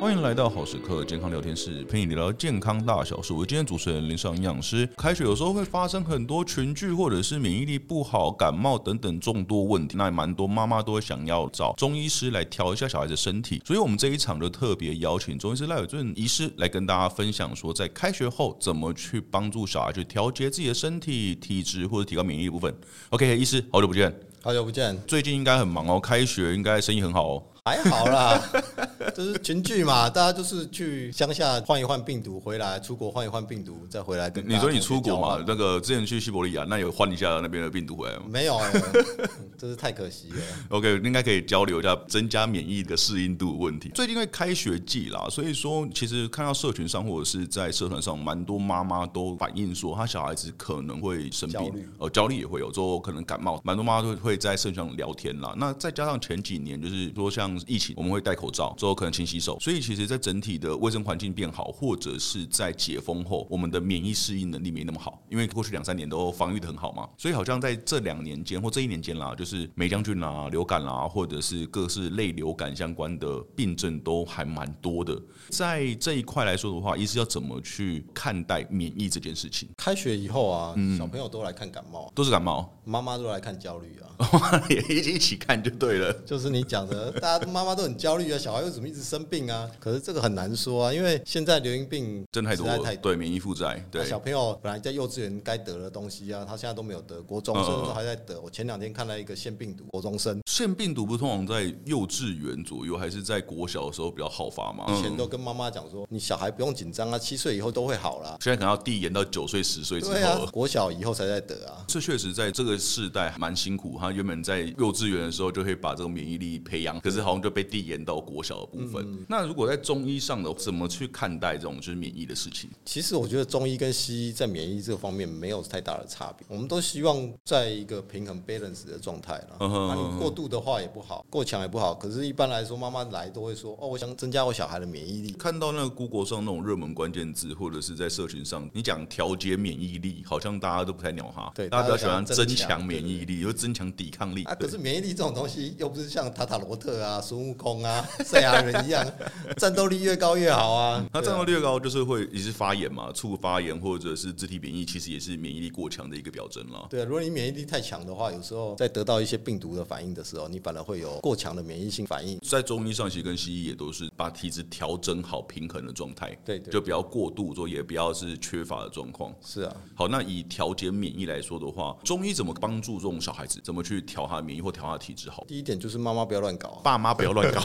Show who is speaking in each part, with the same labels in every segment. Speaker 1: 欢迎来到好时刻健康聊天室，陪你聊聊健康大小事。我是今天主持人林尚营养师。开学有时候会发生很多群聚或者是免疫力不好、感冒等等众多问题，那也蛮多妈妈都会想要找中医师来调一下小孩的身体。所以我们这一场就特别邀请中医师赖伟俊医师来跟大家分享说，在开学后怎么去帮助小孩去调节自己的身体、体质或者提高免疫力的部分。OK，医师，好久不见，
Speaker 2: 好久不见，
Speaker 1: 最近应该很忙哦，开学应该生意很好哦。
Speaker 2: 还好 啦，就是群聚嘛，大家就是去乡下换一换病毒，回来出国换一换病毒，再回来跟
Speaker 1: 你说你
Speaker 2: 大家做
Speaker 1: 出
Speaker 2: 一些
Speaker 1: 国
Speaker 2: 交换
Speaker 1: 嘛？那个之前去西伯利亚，那有换一下那边的病毒回来吗
Speaker 2: 没有、欸，真是太可惜了。
Speaker 1: ？OK，应该可以交流一下增加免疫的适应度的问题。最近因为开学季啦，所以说其实看到社群上或者是在社团上，蛮多妈妈都反映说，她小孩子可能会生
Speaker 2: 焦
Speaker 1: 病
Speaker 2: 虑，
Speaker 1: 呃，焦虑也会有，之后可能感冒，蛮多妈妈都会在社群上聊天啦。那再加上前几年就是说像疫情，我们会戴口罩，之后可能勤洗手，所以其实在整体的卫生环境变好，或者是在解封后，我们的免疫适应能力没那么好，因为过去两三年都防御的很好嘛，所以好像在这两年间或这一年间啦，就是梅将军啦、流感啦，或者是各式类流感相关的病症都还蛮多的。在这一块来说的话，医师要怎么去看待免疫这件事情？
Speaker 2: 开学以后啊，小朋友都来看感冒，
Speaker 1: 都是感冒，
Speaker 2: 妈妈都来看焦虑
Speaker 1: 哦
Speaker 2: 啊。
Speaker 1: 也一起一起看就对了。
Speaker 2: 就是你讲的，大家妈妈都很焦虑啊，小孩为什么一直生病啊？可是这个很难说啊，因为现在流行病
Speaker 1: 真太多
Speaker 2: 实在
Speaker 1: 了，
Speaker 2: 太多
Speaker 1: 对免疫负债，对
Speaker 2: 那小朋友本来在幼稚园该得的东西啊，他现在都没有得，国中
Speaker 1: 嗯
Speaker 2: 生都还在得。我前两天看到一个腺病毒，国中生
Speaker 1: 腺病毒不是通常在幼稚园左右，还是在国小的时候比较好发吗？嗯
Speaker 2: 以前都跟妈妈讲说，你小孩不用紧张啊，七岁以后都会好啦。
Speaker 1: 现在可能要递延到九岁、十岁之后
Speaker 2: 对啊
Speaker 1: 了。，
Speaker 2: 国小以后才在得啊。
Speaker 1: 这确实在这个世代蛮辛苦，他原本在幼稚园的时候就会把这个免疫力培养，可是好像就被递延到国小的部分。
Speaker 2: 嗯
Speaker 1: 那如果在中医上的，怎么去看待这种就是免疫的事情？
Speaker 2: 其实我觉得中医跟西医在免疫这方面没有太大的差别，我们都希望在一个平衡 balance 的状态啦。
Speaker 1: 嗯哼
Speaker 2: 那
Speaker 1: 嗯哼
Speaker 2: 你过度的话也不好，过强也不好。可是，一般来说，妈妈来都会说：“哦，我想增加我小孩的免疫力。
Speaker 1: 看到那个 Google 上那种热门关键字，或者是在社群上，你讲调节免疫力，好像大家都不太鸟哈。
Speaker 2: 对
Speaker 1: 大家比较
Speaker 2: 大家
Speaker 1: 喜欢
Speaker 2: 想
Speaker 1: 增
Speaker 2: 增
Speaker 1: 强
Speaker 2: 强
Speaker 1: 免疫力，又增强抵抗力”
Speaker 2: 啊，
Speaker 1: 对
Speaker 2: 可是免疫力这种东西又不是像塔塔罗特啊、孙悟空啊、赛亚人一样， 战斗力越高越好啊。
Speaker 1: 那
Speaker 2: 对
Speaker 1: 战
Speaker 2: 啊
Speaker 1: 斗力越高，就是会也是发炎嘛，促发炎或者是肢体免疫，其实也是免疫力过强的一个表征了。
Speaker 2: 对啊，如果你免疫力太强的话，有时候在得到一些病毒的反应的时候，你反而会有过强的免疫性反应。
Speaker 1: 在中医上，其实跟西医也都是把体质调整好、平衡的状态，
Speaker 2: 对对
Speaker 1: 就不要过度，说也不要是缺乏的状况。
Speaker 2: 是啊，
Speaker 1: 好，那以调节免疫来说的话，中医怎么帮助这种小孩子，怎么去调他的免疫或调他的体质好？
Speaker 2: 第一点就是妈妈不要乱搞啊、
Speaker 1: 爸妈不要 乱搞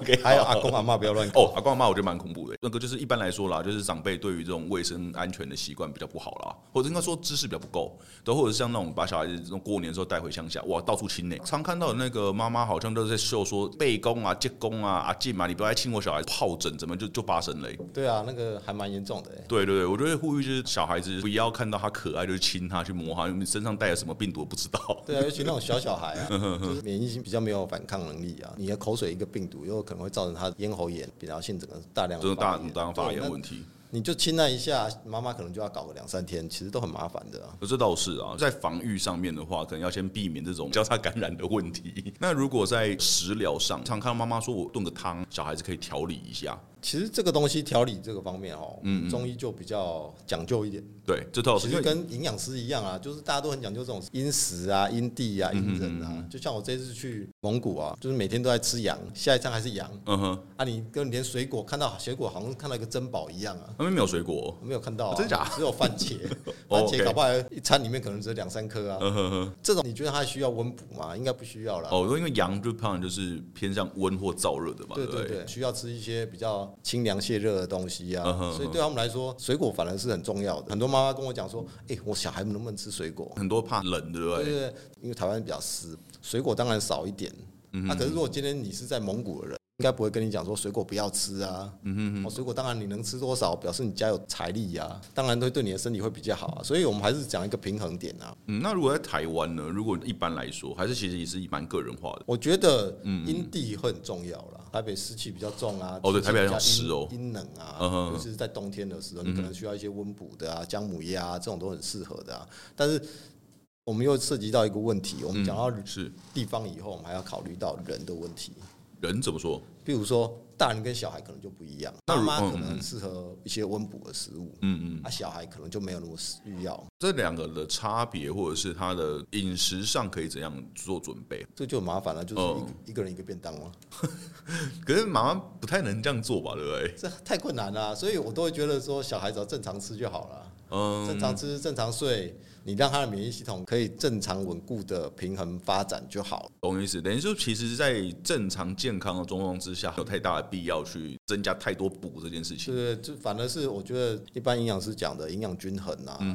Speaker 1: ，OK？
Speaker 2: 还有阿公阿妈不要乱搞。
Speaker 1: 哎哦，阿公阿妈我觉得蛮恐怖的。那个就是一般来说啦，就是长辈对于这种卫生安全的习惯比较不好啦，或者应该说知识比较不够，都或者像那种把小孩子这种过年的时候带回乡下，哇，到处亲呢、常看到的那个妈妈好像都是在秀说背公啊、借公啊、阿进啊，你不要来亲我小孩，疱疹怎么就就发生了欸、
Speaker 2: 对啊，那个还蛮严重的、欸。
Speaker 1: 对对对，我觉得呼吁就是小孩子不要看到他可爱就是亲他去摸他，因为你身上带了什么病毒不知道。
Speaker 2: 对啊，尤其那种小 小孩啊，就是免疫性比较没有反抗能力啊。你的口水一个病毒，有可能会造成他咽喉炎、扁桃腺整个大量
Speaker 1: 这种大
Speaker 2: 炎
Speaker 1: 大量发炎
Speaker 2: 对
Speaker 1: 问
Speaker 2: 那
Speaker 1: 题，
Speaker 2: 你就亲那一下，妈妈可能就要搞个两三天，其实都很麻烦的啊、
Speaker 1: 这倒是啊，在防御上面的话，可能要先避免这种交 叉感染的问题。那如果在食疗上，常看到妈妈说我炖个汤，小孩子可以调理一下。
Speaker 2: 其实这个东西调理这个方面哦，
Speaker 1: 嗯
Speaker 2: 中医就比较讲究一点。
Speaker 1: 对，这倒是
Speaker 2: 其
Speaker 1: 哦因
Speaker 2: 实
Speaker 1: 为
Speaker 2: 跟营养师一样啊，就是大家都很讲究这种因时啊、因地
Speaker 1: 嗯
Speaker 2: 啊、因人啊。就像我这次去蒙古啊，就是每天都在吃羊，下一餐还是羊
Speaker 1: 嗯哼，
Speaker 2: 啊。你跟连水果看到水果好像看到一个珍宝一样啊，
Speaker 1: 那边没有水果。
Speaker 2: 我没有看到、
Speaker 1: 哦
Speaker 2: 啊，
Speaker 1: 真假，
Speaker 2: 只有番茄 番
Speaker 1: OK
Speaker 2: 茄搞不好一餐里面可能只有两三颗啊。
Speaker 1: 嗯哼哼，
Speaker 2: 这种你觉得它需要温补吗？应该不需要啦。
Speaker 1: 哦，因为羊就胖，就是偏向温或燥热的嘛，
Speaker 2: 对
Speaker 1: 不
Speaker 2: 对对，需要吃一些比较清凉泻热的东西啊
Speaker 1: 嗯哼嗯哼，
Speaker 2: 所以对他们来说，水果反而是很重要的。很多妈妈跟我讲说，哎，我小孩能不能吃水果？
Speaker 1: 很多怕冷，对不对？
Speaker 2: 对对，对因为台湾比较湿，水果当然少一点。
Speaker 1: 嗯
Speaker 2: 那、可是如果今天你是在蒙古的人，应该不会跟你讲说水果不要吃啊。嗯嗯，哦，水果当然你能吃多少，表示你家有财力呀、当然会对你的身体会比较好啊。所以我们还是讲一个平衡点啊。
Speaker 1: 嗯，那如果在台湾呢？如果一般来说，还是其实也是蛮个人化的。
Speaker 2: 我觉得阴地会很重要啦，台北湿气比较重啊。
Speaker 1: 嗯哦对
Speaker 2: 天气
Speaker 1: 台北
Speaker 2: 比较
Speaker 1: 很湿哦
Speaker 2: 阴阴冷啊，
Speaker 1: 嗯哼嗯
Speaker 2: 尤其是在冬天的时候，你可能需要一些温补的啊，姜母鸭啊这种都很适合的啊。但是我
Speaker 1: 嗯
Speaker 2: 们又涉及到一个问题，我们讲到
Speaker 1: 是
Speaker 2: 地方以后，我们还要考虑到人的问题。
Speaker 1: 人怎么说？
Speaker 2: 比如说大人跟小孩可能就不一样，
Speaker 1: 那
Speaker 2: 妈
Speaker 1: 如嗯
Speaker 2: 妈可能适合一些温补的食物，
Speaker 1: 嗯嗯，
Speaker 2: 啊，小孩可能就没有那么需要，
Speaker 1: 这两个的差别，或者是他的饮食上可以怎样做准备？
Speaker 2: 这就很麻烦了，就是一
Speaker 1: 哦
Speaker 2: 个一个人一个便当嘛，
Speaker 1: 可是妈妈不太能这样做吧，对不对？
Speaker 2: 这太困难了，所以我都会觉得说小孩只要正常吃就好了，
Speaker 1: 嗯，
Speaker 2: 正常吃正常睡，你让他的免疫系统可以正常稳固的平衡发展就好了。
Speaker 1: 懂意思，等于说，其实，在正常健康的状况之下，没有太大的必要去增加太多补这件事情。
Speaker 2: 对，就反而是我觉得一般营养师讲的营养均衡啊，嗯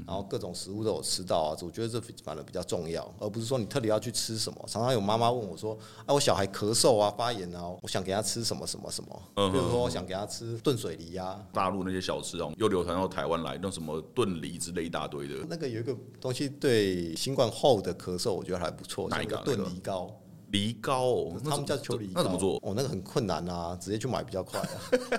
Speaker 2: 嗯然后各种食物都有吃到啊，我觉得这反而比较重要，而不是说你特地要去吃什么。常常有妈妈问我说：“啊，我小孩咳嗽啊、发炎啊，我想给他吃什么什么什么，
Speaker 1: 嗯
Speaker 2: 比如说我想给他吃炖水梨啊。”
Speaker 1: 大陆那些小吃啊，又流传到台湾来，那什么炖梨之类一大堆的，
Speaker 2: 那个有一个东西对新冠后的咳嗽，我觉得还不错，
Speaker 1: 哪
Speaker 2: 像
Speaker 1: 一
Speaker 2: 一
Speaker 1: 个
Speaker 2: 个
Speaker 1: 啊
Speaker 2: 炖
Speaker 1: 那个
Speaker 2: 梨膏，
Speaker 1: 梨膏、哦，那
Speaker 2: 他
Speaker 1: 怎
Speaker 2: 们叫
Speaker 1: 么
Speaker 2: 秋梨膏。
Speaker 1: 那怎么做？
Speaker 2: 哦，那个很困难啊，直接去买比较快啊。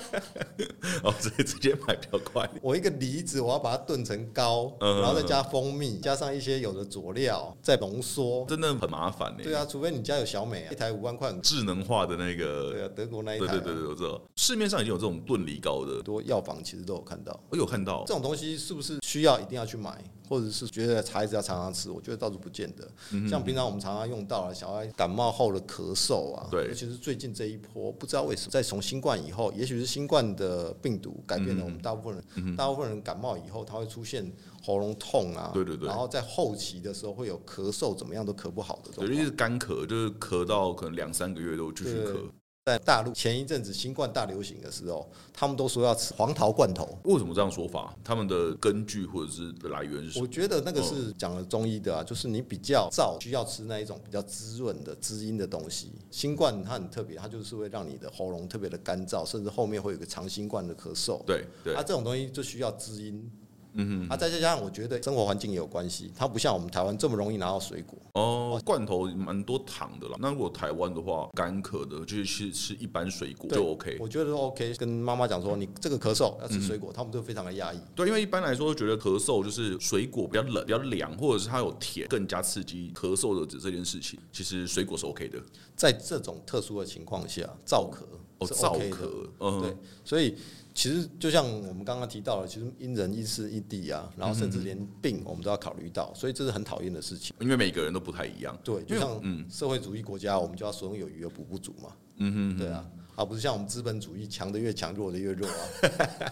Speaker 1: 哦，直接直接买比较快。
Speaker 2: 我一个梨子，我要把它炖成膏，
Speaker 1: 嗯
Speaker 2: 然后再加蜂蜜，加上一些有的佐料，再浓缩。
Speaker 1: 真的很麻烦呢、
Speaker 2: 对啊，除非你家有小美啊，一台五万块很贵。
Speaker 1: 智能化的那
Speaker 2: 对
Speaker 1: 个，
Speaker 2: 啊，德国那一台、
Speaker 1: 对
Speaker 2: 啊，
Speaker 1: 对对对，我知道。市面上已经有这种炖梨膏的
Speaker 2: 很，多药房其实都有看到。
Speaker 1: 我有看到
Speaker 2: 这。种东西是不是需要一定要去买，或者是觉得孩子要常常吃？我觉得倒是不见得。
Speaker 1: 嗯
Speaker 2: 像平常我们常常用到啊，小孩感冒后的咳嗽啊，
Speaker 1: 对
Speaker 2: 尤其是最近这一波，不知道为什么，在从新冠以后，也许是新冠的病毒改变了
Speaker 1: 嗯
Speaker 2: 我们大部分人，大部分人感冒以后，他会出现喉咙痛啊，
Speaker 1: 对对对
Speaker 2: 然后在后期的时候会有咳嗽，怎么样都咳不好的
Speaker 1: 对，
Speaker 2: 状
Speaker 1: 就
Speaker 2: 况。
Speaker 1: 是干咳，就是咳到可能两三个月都继续
Speaker 2: 对
Speaker 1: 咳。
Speaker 2: 在大陆前一阵子新冠大流行的时候，他们都说要吃黄桃罐头，
Speaker 1: 为什么这样说法？他们的根据或者是来源是什么？
Speaker 2: 我觉得那个是讲了中医的啊，就是你比较燥，需要吃那一种比较滋润的滋阴的东西。新冠它很特别，它就是会让你的喉咙特别的干燥，甚至后面会有一个长新冠的咳嗽。啊
Speaker 1: 对对
Speaker 2: 它、，这种东西就需要滋阴。嗯哼，啊，再加上我觉得生活环境也有关系，它不像我们台湾这么容易拿到水果。
Speaker 1: 哦，罐头蛮多糖的啦。那如果台湾的话，干咳的就是吃吃一般水果
Speaker 2: 对
Speaker 1: 就 OK。
Speaker 2: 我觉得 OK，跟妈妈讲说你这个咳嗽
Speaker 1: 嗯
Speaker 2: 要吃水果，他们就非常的压抑。
Speaker 1: 对，因为一般来说觉得咳嗽就是水果比较冷、比较凉，或者是它有甜，更加刺激咳嗽的这这件事情。其实水果是 OK 的。
Speaker 2: 在这种特殊的情况下，燥咳
Speaker 1: 哦，
Speaker 2: 是
Speaker 1: 燥
Speaker 2: OK 的
Speaker 1: 咳，嗯
Speaker 2: 对，所以其实就像我们刚刚提到的，其实因人因事因地啊，然后甚至连病我们都要考虑到，所以这是很讨厌的事情。
Speaker 1: 因为每个人都不太一样。
Speaker 2: 对，就像社会主义国家，我们就要所有有余而补不足嘛。嗯哼，对啊，而不是像我们资本主义强的越强，弱的越弱啊。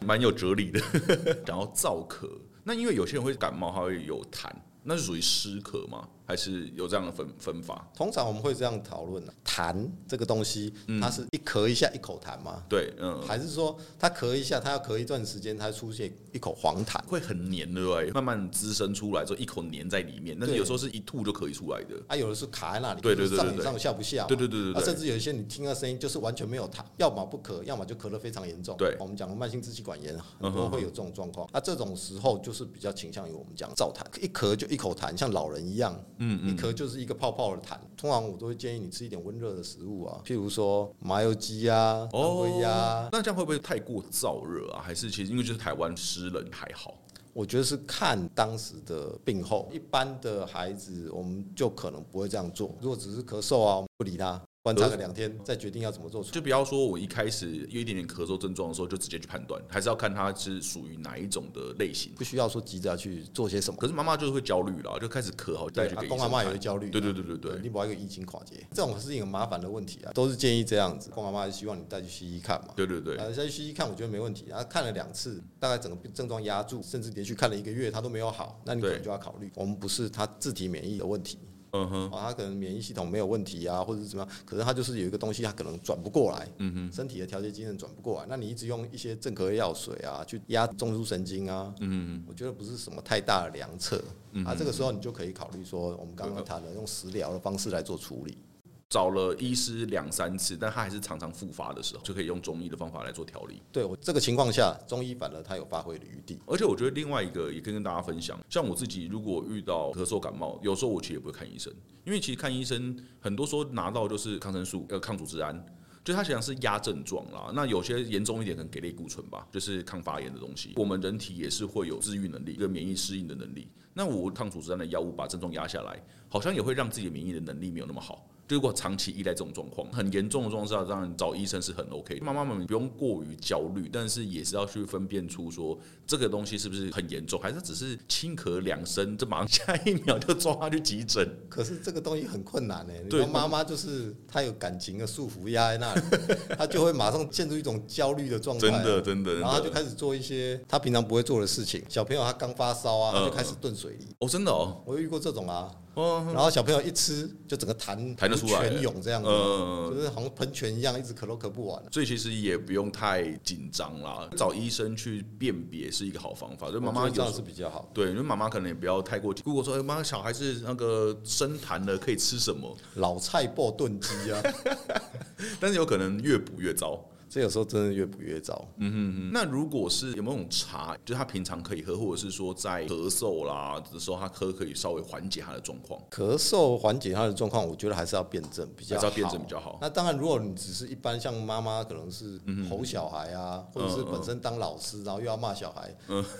Speaker 1: 蛮有哲理的。 讲到燥咳，那因为有些人会感冒，他会有痰，那是属于湿咳吗？还是有这样的分分法？
Speaker 2: 通常我们会这样讨论啊，痰这个东西，它是一咳一下一口痰吗？
Speaker 1: 对，嗯，
Speaker 2: 还是说它咳一下，它要咳一段时间，它出现一口黄痰？
Speaker 1: 会很黏，对不对？慢慢滋生出来之后，一口黏在里面，但是
Speaker 2: 对
Speaker 1: 有时候是一吐就可以出来的。
Speaker 2: 啊，有的是卡在那里，
Speaker 1: 对对对对
Speaker 2: 上也
Speaker 1: 对
Speaker 2: 上不下不下嘛，
Speaker 1: 对对对对对
Speaker 2: 啊，甚至有一些你听到声音就是完全没有痰，要么不咳，要么就咳得非常严重。哦
Speaker 1: 对
Speaker 2: 我们讲的慢性支气管炎啊，
Speaker 1: 嗯哼
Speaker 2: 很多会有这种状况。啊，这种时候就是比较倾向于我们讲燥痰，一咳就一口痰，像老人一样，嗯一咳就是一个泡泡的痰。通常我都会建议你吃一点温热的食物啊，譬如说麻油鸡啊、
Speaker 1: 哦
Speaker 2: 当归啊。
Speaker 1: 那这样会不会太过燥热啊？还是其实因为就是台湾湿冷还好？
Speaker 2: 我觉得是看当时的病后，一般的孩子我们就可能不会这样做。如果只是咳嗽啊，不理他，观察个两天
Speaker 1: 呃
Speaker 2: 再决定要怎么做处理
Speaker 1: 就不要说我一开始有一点点咳嗽症状的时候就直接去判断，还是要看它是属于哪一种的类型。
Speaker 2: 不需要说急着要去做些什么。
Speaker 1: 可是妈妈就是会焦虑了，就开始咳好，再
Speaker 2: 对，
Speaker 1: 去
Speaker 2: 阿
Speaker 1: 给医
Speaker 2: 公
Speaker 1: 生
Speaker 2: 阿妈也
Speaker 1: 看
Speaker 2: 会。焦虑，啊
Speaker 1: 对对对对对
Speaker 2: 一定不要一个疫情垮结，这种事情很麻烦的问题啊，都是建议这样子。公阿妈就希望你带去西医看嘛，
Speaker 1: 对对对，
Speaker 2: 呃，再去西医看我觉得没问题，然后看了两次，大概整个症状压住，甚至连续看了一个月，他都没有好，那你可
Speaker 1: 对
Speaker 2: 能就要考虑，我们不是他自体免疫的问题，
Speaker 1: 嗯哼。
Speaker 2: 啊，他可能免疫系统没有问题啊，或者是怎么样，可是他就是有一个东西，他可能转不过来，嗯哼，身体的调节机能转不过来，那你一直用一些镇咳药水啊，去压中枢神经啊，嗯，我觉得不是什么太大的良策，啊，这个时候你就可以考虑说，我们刚刚谈的用食疗的方式来做处理，
Speaker 1: 找了医师两三次，但他还是常常复发的时候，就可以用中医的方法来做调理。
Speaker 2: 对我这个情况下，中医反而它有发挥的余地，
Speaker 1: 而且我觉得另外一个也可以跟大家分享，像我自己如果遇到咳嗽感冒，有时候我其实也不会看医生，因为其实看医生很多时候拿到就是抗生素、呃抗组织胺，就它实际上是压症状啦。那有些严重一点可能给类固醇吧，就是抗发炎的东西。我们人体也是会有自愈能力跟免疫适应的能力。那我抗组织胺的药物把症状压下来，好像也会让自己的免疫的能力没有那么好。如果长期依赖这种状况，很严重的状况下，当然找医生是很 OK。妈妈们不用过于焦虑，但是也是要去分辨出说这个东西是不是很严重，还是只是轻咳两声，这马上下一秒就抓他去急诊。
Speaker 2: 可是这个东西很困难呢、你
Speaker 1: 对
Speaker 2: 说妈妈就是她有感情的束缚压在 那里，她就会马上陷入一种焦虑的状态
Speaker 1: 真
Speaker 2: 啊、
Speaker 1: 的，真的，真
Speaker 2: 然后她就
Speaker 1: 的。
Speaker 2: 开始做一些她平常不会做的事情。小朋友他刚发烧啊，
Speaker 1: 嗯
Speaker 2: 他就开始炖水梨，
Speaker 1: 哦，真的哦，
Speaker 2: 我有遇过这种啊。
Speaker 1: 哦，
Speaker 2: 然后小朋友一吃就整个痰
Speaker 1: 弹得出来了
Speaker 2: 泉涌这样子，
Speaker 1: 嗯
Speaker 2: 就是好像喷泉一样，一直咳都咳不完。
Speaker 1: 所以其实也不用太紧张啦，找医生去辨别是一个好方法。就妈妈
Speaker 2: 我
Speaker 1: 有时
Speaker 2: 觉得这
Speaker 1: 候
Speaker 2: 样是比较好。
Speaker 1: 对，因为妈妈可能也不要太过紧。如果说，哎、妈，小孩是那个生痰了，可以吃什么？
Speaker 2: 老菜爆炖 鸡啊，
Speaker 1: 但是有可能越补越糟。
Speaker 2: 这有时候真的越补越糟。
Speaker 1: 嗯，那如果是有没有那种茶，就是他平常可以喝，或者是说在咳嗽啦的时候，他喝可以稍微缓解他的状况。
Speaker 2: 咳嗽缓解他的状况，我觉得还是要辩证比较好，
Speaker 1: 还是要辩证比较好
Speaker 2: 那当然，如果你只是一般像妈妈，可能是吼小孩啊，或者是本身当老师，然后又要骂小孩，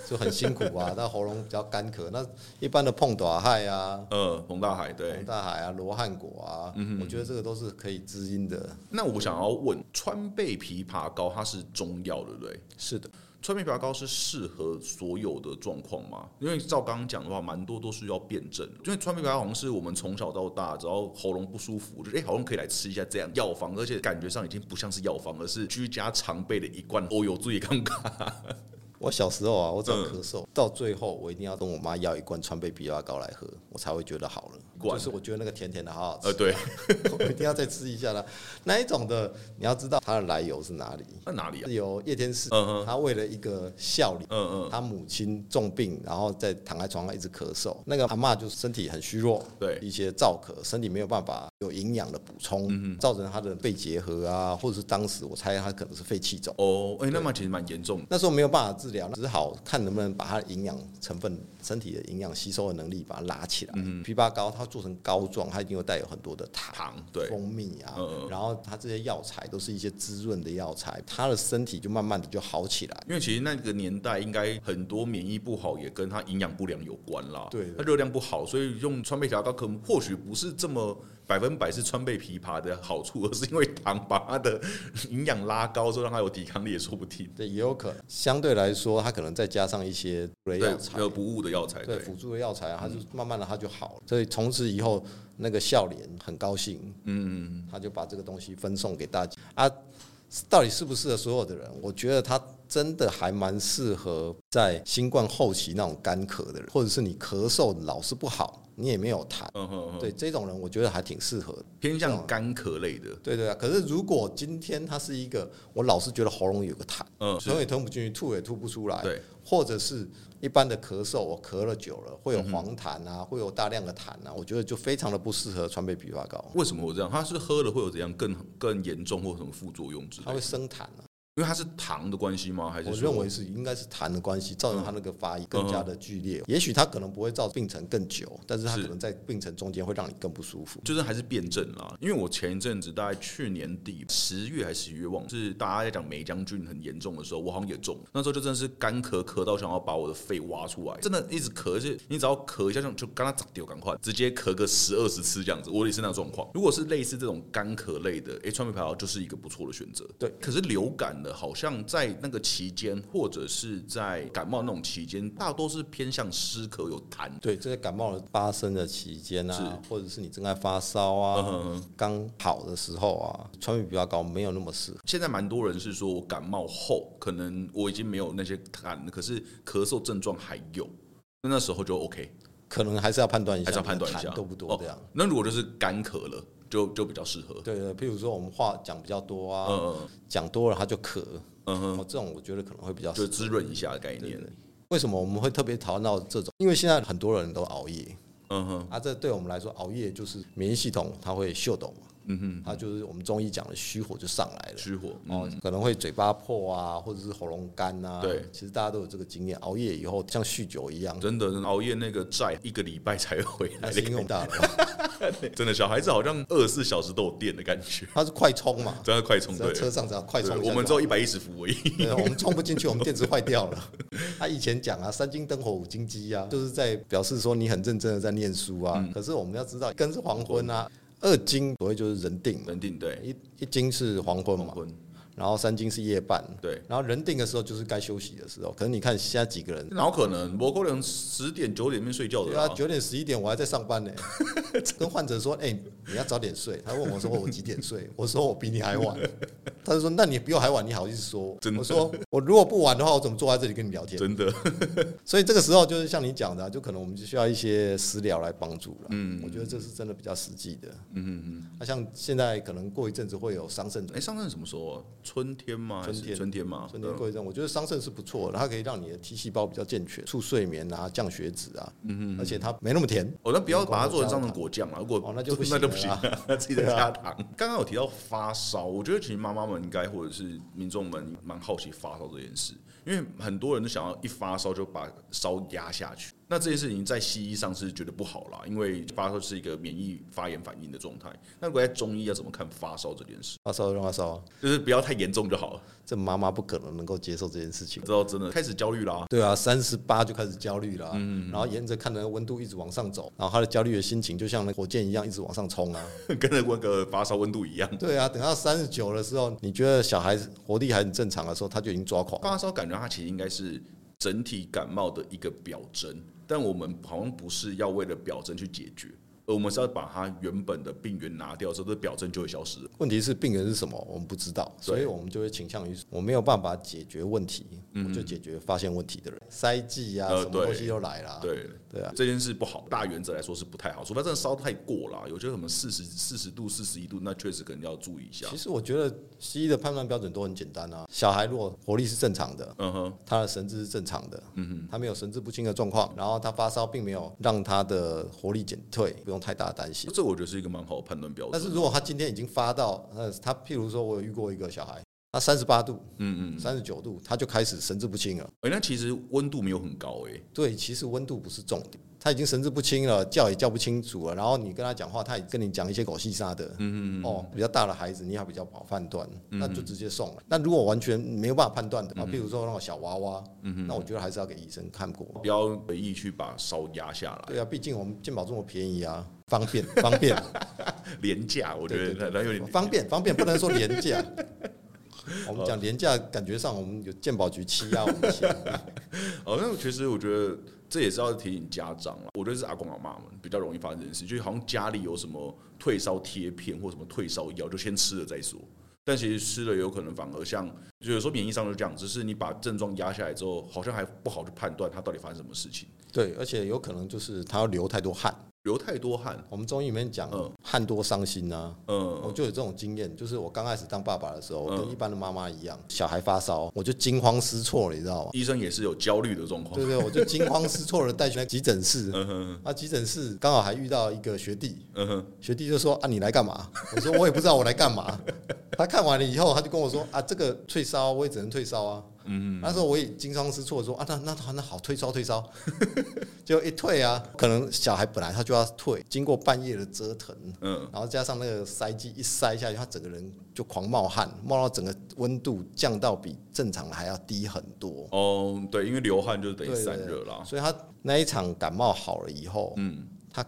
Speaker 2: 就很辛苦 啊。那喉咙比较干咳，那一般的碰短害啊、
Speaker 1: 呃，洪大海
Speaker 2: 洪
Speaker 1: 对。
Speaker 2: 大海啊、罗汉果啊，我觉得这个都是可以滋阴的。
Speaker 1: 那我想要问，川贝枇杷膏它是中药，对不对？
Speaker 2: 是的，
Speaker 1: 川贝枇杷膏是适合所有的状况吗？因为照刚刚讲的话，蛮多都是要辩证的。因为川贝枇杷膏好像是我们从小到大，只要喉咙不舒服，就哎、好像可以来吃一下这样药方，而且感觉上已经不像是药方，而是居家常备的一罐哦哟，注意看看。
Speaker 2: 我小时候啊，我只要咳嗽，到最后我一定要跟我妈要一罐川贝枇杷膏来喝，我才会觉得好了。
Speaker 1: 罐
Speaker 2: 就是我觉得那个甜甜的好好吃
Speaker 1: 呃，，对，
Speaker 2: 我一定要再吃一下啦。那一种的，你要知道它的来由是哪里，
Speaker 1: 那哪里啊
Speaker 2: 是？由叶天士
Speaker 1: 嗯哼，
Speaker 2: 他为了一个孝礼，
Speaker 1: 嗯嗯，
Speaker 2: 他母亲重病，然后在躺在床上一直咳嗽，那个阿嬷就身体很虚弱，
Speaker 1: 对
Speaker 2: 一些燥咳，身体没有办法有营养的补
Speaker 1: 嗯
Speaker 2: 充，造成他的肺结核啊，或者是当时我猜他可能是肺气肿。
Speaker 1: 哦，哎、那蛮其实蛮严重的。
Speaker 2: 那时候没有办法治疗，只好看能不能把它的营养成分、身体的营养吸收的能力把它拉起来。
Speaker 1: 嗯
Speaker 2: 枇杷膏它做成膏状，它一定有带有很多的糖。
Speaker 1: 糖对，
Speaker 2: 蜂蜜啊
Speaker 1: 嗯嗯，
Speaker 2: 然后它这些药材都是一些滋润的药材，他的身体就慢慢的就好起来。
Speaker 1: 因为其实那个年代应该很多免疫不好也跟它营养不良有关啦。
Speaker 2: 对对
Speaker 1: 它热量不好，所以用川贝枇杷膏可能或许不是这么百分百是川贝枇杷的好处，而是因为糖把它的营养拉高，之后让它有抵抗力也说不定。
Speaker 2: 对，也有可能。相对来说，它可能再加上一些助类
Speaker 1: 对
Speaker 2: 药，材
Speaker 1: 还，有不误的药材，
Speaker 2: 对
Speaker 1: 对，嗯
Speaker 2: 辅助的药材啊，它就慢慢的它就好了。所以从此以后，那个笑脸很高兴，
Speaker 1: 嗯，
Speaker 2: 他就把这个东西分送给大家啊。到底适不适合所有的人？我觉得它真的还蛮适合在新冠后期那种干咳的人，或者是你咳嗽老是不好，你也没有痰，
Speaker 1: 嗯哼哼，
Speaker 2: 对这种人，我觉得还挺适合的。
Speaker 1: 偏向干咳类的，
Speaker 2: 对对啊，可是如果今天他是一个，我老是觉得喉咙有个痰，
Speaker 1: 嗯，是
Speaker 2: 吞也吞不进去，吐也吐不出来，
Speaker 1: 对，
Speaker 2: 或者是一般的咳嗽，我咳了久了会有
Speaker 1: 嗯
Speaker 2: 黄痰啊，会有大量的痰啊，我觉得就非常的不适合川贝枇杷膏，
Speaker 1: 为什么会这样？它是喝了会有怎样更更严重或什么副作用之类
Speaker 2: 它
Speaker 1: 的？
Speaker 2: 会生痰啊。
Speaker 1: 因为它是糖的关系吗？还是
Speaker 2: 我
Speaker 1: 说
Speaker 2: 认为是应该是痰的关系，造成他那个发炎更加的剧烈。也许他可能不会造病程更久，但是他
Speaker 1: 嗯是
Speaker 2: 可能在病程中间会让你更不舒服。
Speaker 1: 就是还是辩证啦，因为我前一阵子大概去年底十月还是十一月忘了，是大家在讲梅将军很严重的时候，我好像也中，那时候就真的是干咳咳到想要把我的肺挖出来，真的一直咳，而且你只要咳一下，像就刚刚长掉，赶快直接咳个十二十次这样子，我也是那种状况。如果是类似这种干咳类的，诶，川贝枇杷膏就是一个不错的选择。
Speaker 2: 对，
Speaker 1: 可是流感的，好像在那个期间或者是在感冒那种期间，大多是偏向湿咳有痰。
Speaker 2: 对，这些感冒的发生的期间啊，或者是你正在发烧
Speaker 1: 嗯
Speaker 2: 啊，刚好的时候啊，川贝枇杷膏没有那么适合。
Speaker 1: 现在蛮多人是说我感冒后，可能我已经没有那些痰了，可是咳嗽症状还有，那那时候就 OK，
Speaker 2: 可能还是要判断一下，
Speaker 1: 还是要判断一下
Speaker 2: 痰多不多这样
Speaker 1: 哦。那如果就是干咳了，就就比较适合。
Speaker 2: 对对，譬如说我们话讲比较多
Speaker 1: 嗯
Speaker 2: 啊，
Speaker 1: 嗯，
Speaker 2: 讲多了他就咳，
Speaker 1: 嗯
Speaker 2: 哦，这种我觉得可能会比较
Speaker 1: 就
Speaker 2: 适合。
Speaker 1: 滋润一下的概念
Speaker 2: 对。为什么我们会特别讨论到这种？因为现在很多人都熬夜
Speaker 1: 嗯哼，
Speaker 2: 啊，这对我们来说，熬夜就是免疫系统它会秀抖嘛，嗯哼，它就是我们中医讲的虚火就上来了。
Speaker 1: 虚火。嗯，
Speaker 2: 哦，可能会嘴巴破啊，或者是喉咙干啊。
Speaker 1: 对
Speaker 2: 其实大家都有这个经验，熬夜以后像酗酒一样，
Speaker 1: 真的真的熬夜那个债一个礼拜才回
Speaker 2: 那
Speaker 1: 来
Speaker 2: 是因为我们
Speaker 1: 的，
Speaker 2: 大了，
Speaker 1: 真的小孩子好像二十四小时都有电的感觉，
Speaker 2: 它是快充嘛，
Speaker 1: 真的快充
Speaker 2: 只要
Speaker 1: 对。
Speaker 2: 啊车上只要快充
Speaker 1: 对
Speaker 2: 一下就好，
Speaker 1: 我们只有一百一十伏而已。
Speaker 2: 对，我们充不进去，我们电池坏掉了。 他以前讲啊，三金灯火五金
Speaker 1: 嗯
Speaker 2: 鸡啊，就是在表示说你很认真的在念书啊。可是我们要知道，一根是黄昏啊，二经所谓就是人定嘛，
Speaker 1: 人定对，
Speaker 2: 一一经是黄昏
Speaker 1: 黄
Speaker 2: 嘛，
Speaker 1: 昏
Speaker 2: 然后三经是夜半，
Speaker 1: 对。
Speaker 2: 然后人定的时候就是该休息的时候。可是你看现在几个人，
Speaker 1: 哪有可能？我可能十点九点面睡觉
Speaker 2: 对
Speaker 1: 的
Speaker 2: 啊，
Speaker 1: 啦、
Speaker 2: 九点十一点我还在上 班呢。跟患者说，哎、你要早点睡。他问我说我几点睡，我说我比你还晚。他就说那你比我还晚，你好意思说
Speaker 1: 真？的
Speaker 2: 我说我如果不晚的话，我怎么坐在这里跟你聊天？
Speaker 1: 真的。
Speaker 2: 所以这个时候就是像你讲的啊、就可能我们就需要一些私聊来帮助了。嗯，我觉得这是真的比较实际的。嗯嗯哦嗯。那像现在可能过一阵子会有桑葚
Speaker 1: 哎、上阵什么时候、啊？春天吗？还是
Speaker 2: 春天
Speaker 1: 春天嘛。
Speaker 2: 春天
Speaker 1: 嗯
Speaker 2: 过一阵，我觉得桑葚是不错的，它可以让你的 T 细胞比较健全，促睡眠啊，降血脂啊，嗯而且它没那么甜。
Speaker 1: 哦，那不要把它做成当成果酱啊了。如果
Speaker 2: 哦那就不 行
Speaker 1: 那
Speaker 2: 了啊
Speaker 1: 就不行了，自己再加糖。刚刚有提到发烧，我觉得其实妈妈们应该或者是民众们蛮好奇发烧这件事，因为很多人都想要一发烧就把烧压下去。那这件事情在西医上是觉得不好啦，因为发烧是一个免疫发炎反应的状态。那如果在中医要怎么看发烧这件事？
Speaker 2: 发烧就让它烧啊，
Speaker 1: 就是不要太严重就好了。
Speaker 2: 这妈妈不可能能够接受这件事情
Speaker 1: 你。知道真的开始焦虑啦，
Speaker 2: 对啊，三十八就开始焦虑了、啊
Speaker 1: 嗯
Speaker 2: 然后沿着看着温度一直往上走，然后他的焦虑的心情就像那火箭一样一直往上冲啊。
Speaker 1: 跟那温个发烧温度一样。
Speaker 2: 对啊，等到三十九的时候，你觉得小孩子活力还很正常的时候，他就已经抓狂了。
Speaker 1: 发烧感觉它其实应该是整体感冒的一个表征，但我们好像不是要为了表征去解决，而我们是要把它原本的病源拿掉，之后这表征就会消失了。
Speaker 2: 问题是病源是什么，我们不知道，所以我们就会倾向于我没有办法解决问题，我就解决发现问题的人，塞剂啊，
Speaker 1: 嗯呃
Speaker 2: 什么东
Speaker 1: 对
Speaker 2: 西又来了。
Speaker 1: 对
Speaker 2: 对啊，
Speaker 1: 这件事不好，大原则来说是不太好，除非真的烧太过了，有些什么四十四十度、四十一度，那确实可能要注意一下
Speaker 2: 其。实我觉得西医的判断标准都很简单啊，小孩如果活力是正常的，
Speaker 1: 嗯哼，
Speaker 2: 他的神志是正常的，他没有神志不清的状况，然后他发烧并没有让他的活力减退，不用太大的担心。
Speaker 1: 这我觉得是一个蛮好的判断标
Speaker 2: 但
Speaker 1: 准。
Speaker 2: 是如果他今天已经发到，呃，他譬如说我有遇过一个小孩，他三十八度、
Speaker 1: 嗯嗯，
Speaker 2: 三十九度，他就开始神志不清了。
Speaker 1: 哎、那其实温度没有很高哎、
Speaker 2: 对，其实温度不是重点，他已经神志不清了，叫也叫不清楚了。然后你跟他讲话，他也跟你讲一些狗屁啥的。嗯哦，比较大的孩子，你还比较好判断，那就直接送了。那如果完全没有办法判断的，啊，譬如说那种小娃娃，那我觉得还是要给医生看过。
Speaker 1: 不要随意去把烧压下来，
Speaker 2: 对啊，毕竟我们健保这么便宜啊，方便方便，
Speaker 1: 廉价我觉
Speaker 2: 对
Speaker 1: 得那有点
Speaker 2: 方便方便，不能说廉 价。我们讲廉价，感觉上我们有健保局欺压我们钱。
Speaker 1: 哦，那其实我觉得这也是要提醒家长了。我觉得是阿公阿妈们比较容易发生这件事，就是好像家里有什么退烧贴片或什么退烧药，就先吃了再说。但其实吃了有可能反而像，就有时候免疫上就这样，只是你把症状压下来之后，好像还不好去判断它到底发生什么事情。
Speaker 2: 对，而且有可能就是他要流太多汗。
Speaker 1: 流太多汗，
Speaker 2: 我们中医里面讲
Speaker 1: 嗯
Speaker 2: 汗多伤心啊，我
Speaker 1: 嗯，
Speaker 2: 就有这种经验，就是我刚开始当爸爸的时候，我
Speaker 1: 嗯
Speaker 2: 跟一般的妈妈一样，小孩发烧，我就惊慌失措了，你知道吗？
Speaker 1: 医生也是有焦虑的状况
Speaker 2: 对。对，我就惊慌失措的带去急诊室。
Speaker 1: 嗯哼，
Speaker 2: 啊，急诊室刚好还遇到一个学弟，
Speaker 1: 嗯哼，
Speaker 2: 学弟就说啊，你来干嘛？ 我说我也不知道我来干嘛。 他看完了以后，他就跟我说啊，这个退烧我也只能退烧啊。嗯，那时候我也惊慌失措地说啊，那那那那好退烧退烧， 就一退啊，可能小孩本来他就要退，经过半夜的折腾，
Speaker 1: 嗯，
Speaker 2: 然后加上那个塞剂一塞下去，他整个人就狂冒汗，冒到整个温度降到比正常的还要低很多。
Speaker 1: 哦，对，因为流汗就等于
Speaker 2: 对对啊
Speaker 1: 散热啦。
Speaker 2: 所以他那一场感冒好了以后，
Speaker 1: 哦嗯，
Speaker 2: 他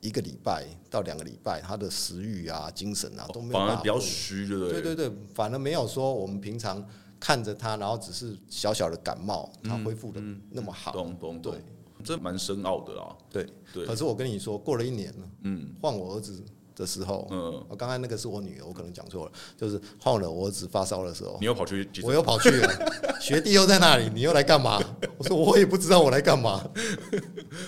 Speaker 2: 一个礼拜到两个礼拜，他的食欲啊、精神啊都没
Speaker 1: 哦
Speaker 2: 有
Speaker 1: 反
Speaker 2: 办
Speaker 1: 而
Speaker 2: 法
Speaker 1: 比较
Speaker 2: 恢复
Speaker 1: 虚，对不
Speaker 2: 对
Speaker 1: 对？
Speaker 2: 对对，反而没有说我们平常看着他，然后只是小小的感冒，他
Speaker 1: 嗯
Speaker 2: 恢复的那么好。
Speaker 1: 懂懂懂
Speaker 2: 对，
Speaker 1: 这蛮深奥的啦。
Speaker 2: 对，
Speaker 1: 嗯对
Speaker 2: 可是我跟你说，过了一年了，
Speaker 1: 嗯
Speaker 2: 换我儿子的时候，哦
Speaker 1: 嗯，
Speaker 2: 我刚才那个是我女儿，我可能讲错了，就是换了我儿子发烧的时候
Speaker 1: 你，又跑 去急诊
Speaker 2: 我又跑去了，学弟又在那里，你又来干嘛？我说我也不知道我来干嘛。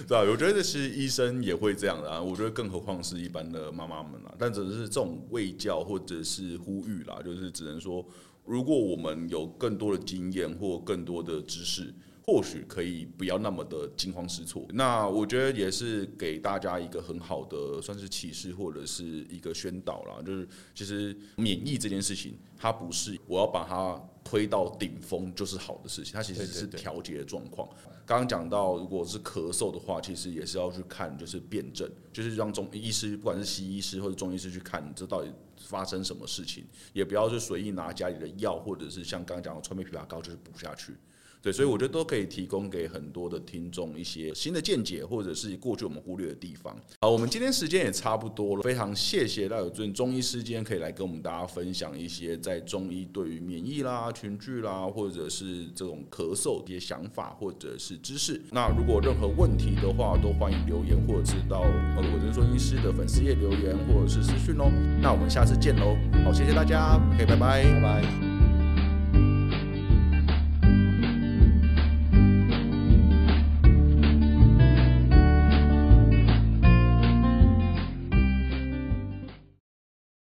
Speaker 1: 对啊，我觉得其实医生也会这样的啊。我觉得更何况是一般的妈妈们啦，但只是这种卫教或者是呼吁啦，就是只能说，如果我们有更多的经验或更多的知识。或许可以不要那么的惊慌失措。那我觉得也是给大家一个很好的算是启示或者是一个宣导啦，就是其实免疫这件事情，它不是我要把它推到顶峰就是好的事情，它其实
Speaker 2: 对对
Speaker 1: 是
Speaker 2: 对
Speaker 1: 调节的状况。刚刚讲到，如果是咳嗽的话，其实也是要去看，就是辩证，就是让中医师，不管是西医师或者中医师去看，这到底发生什么事情，也不要就随意拿家里的药，或者是像刚刚讲的川贝枇杷膏，就是补下去。对，所以我觉得都可以提供给很多的听众一些新的见解，或者是过去我们忽略的地方。好，我们今天时间也差不多了，非常谢谢赖有俊中医师今天可以来跟我们大家分享一些在中医对于免疫啦、群聚啦，或者是这种咳嗽的一些想法或者是知识。那如果有任何问题的话，都欢迎留言，或者是到呃我真说医师的粉丝页留言，或者是私讯哦。那我们下次见喽。好，谢谢大家，OK，拜拜。
Speaker 2: 拜拜。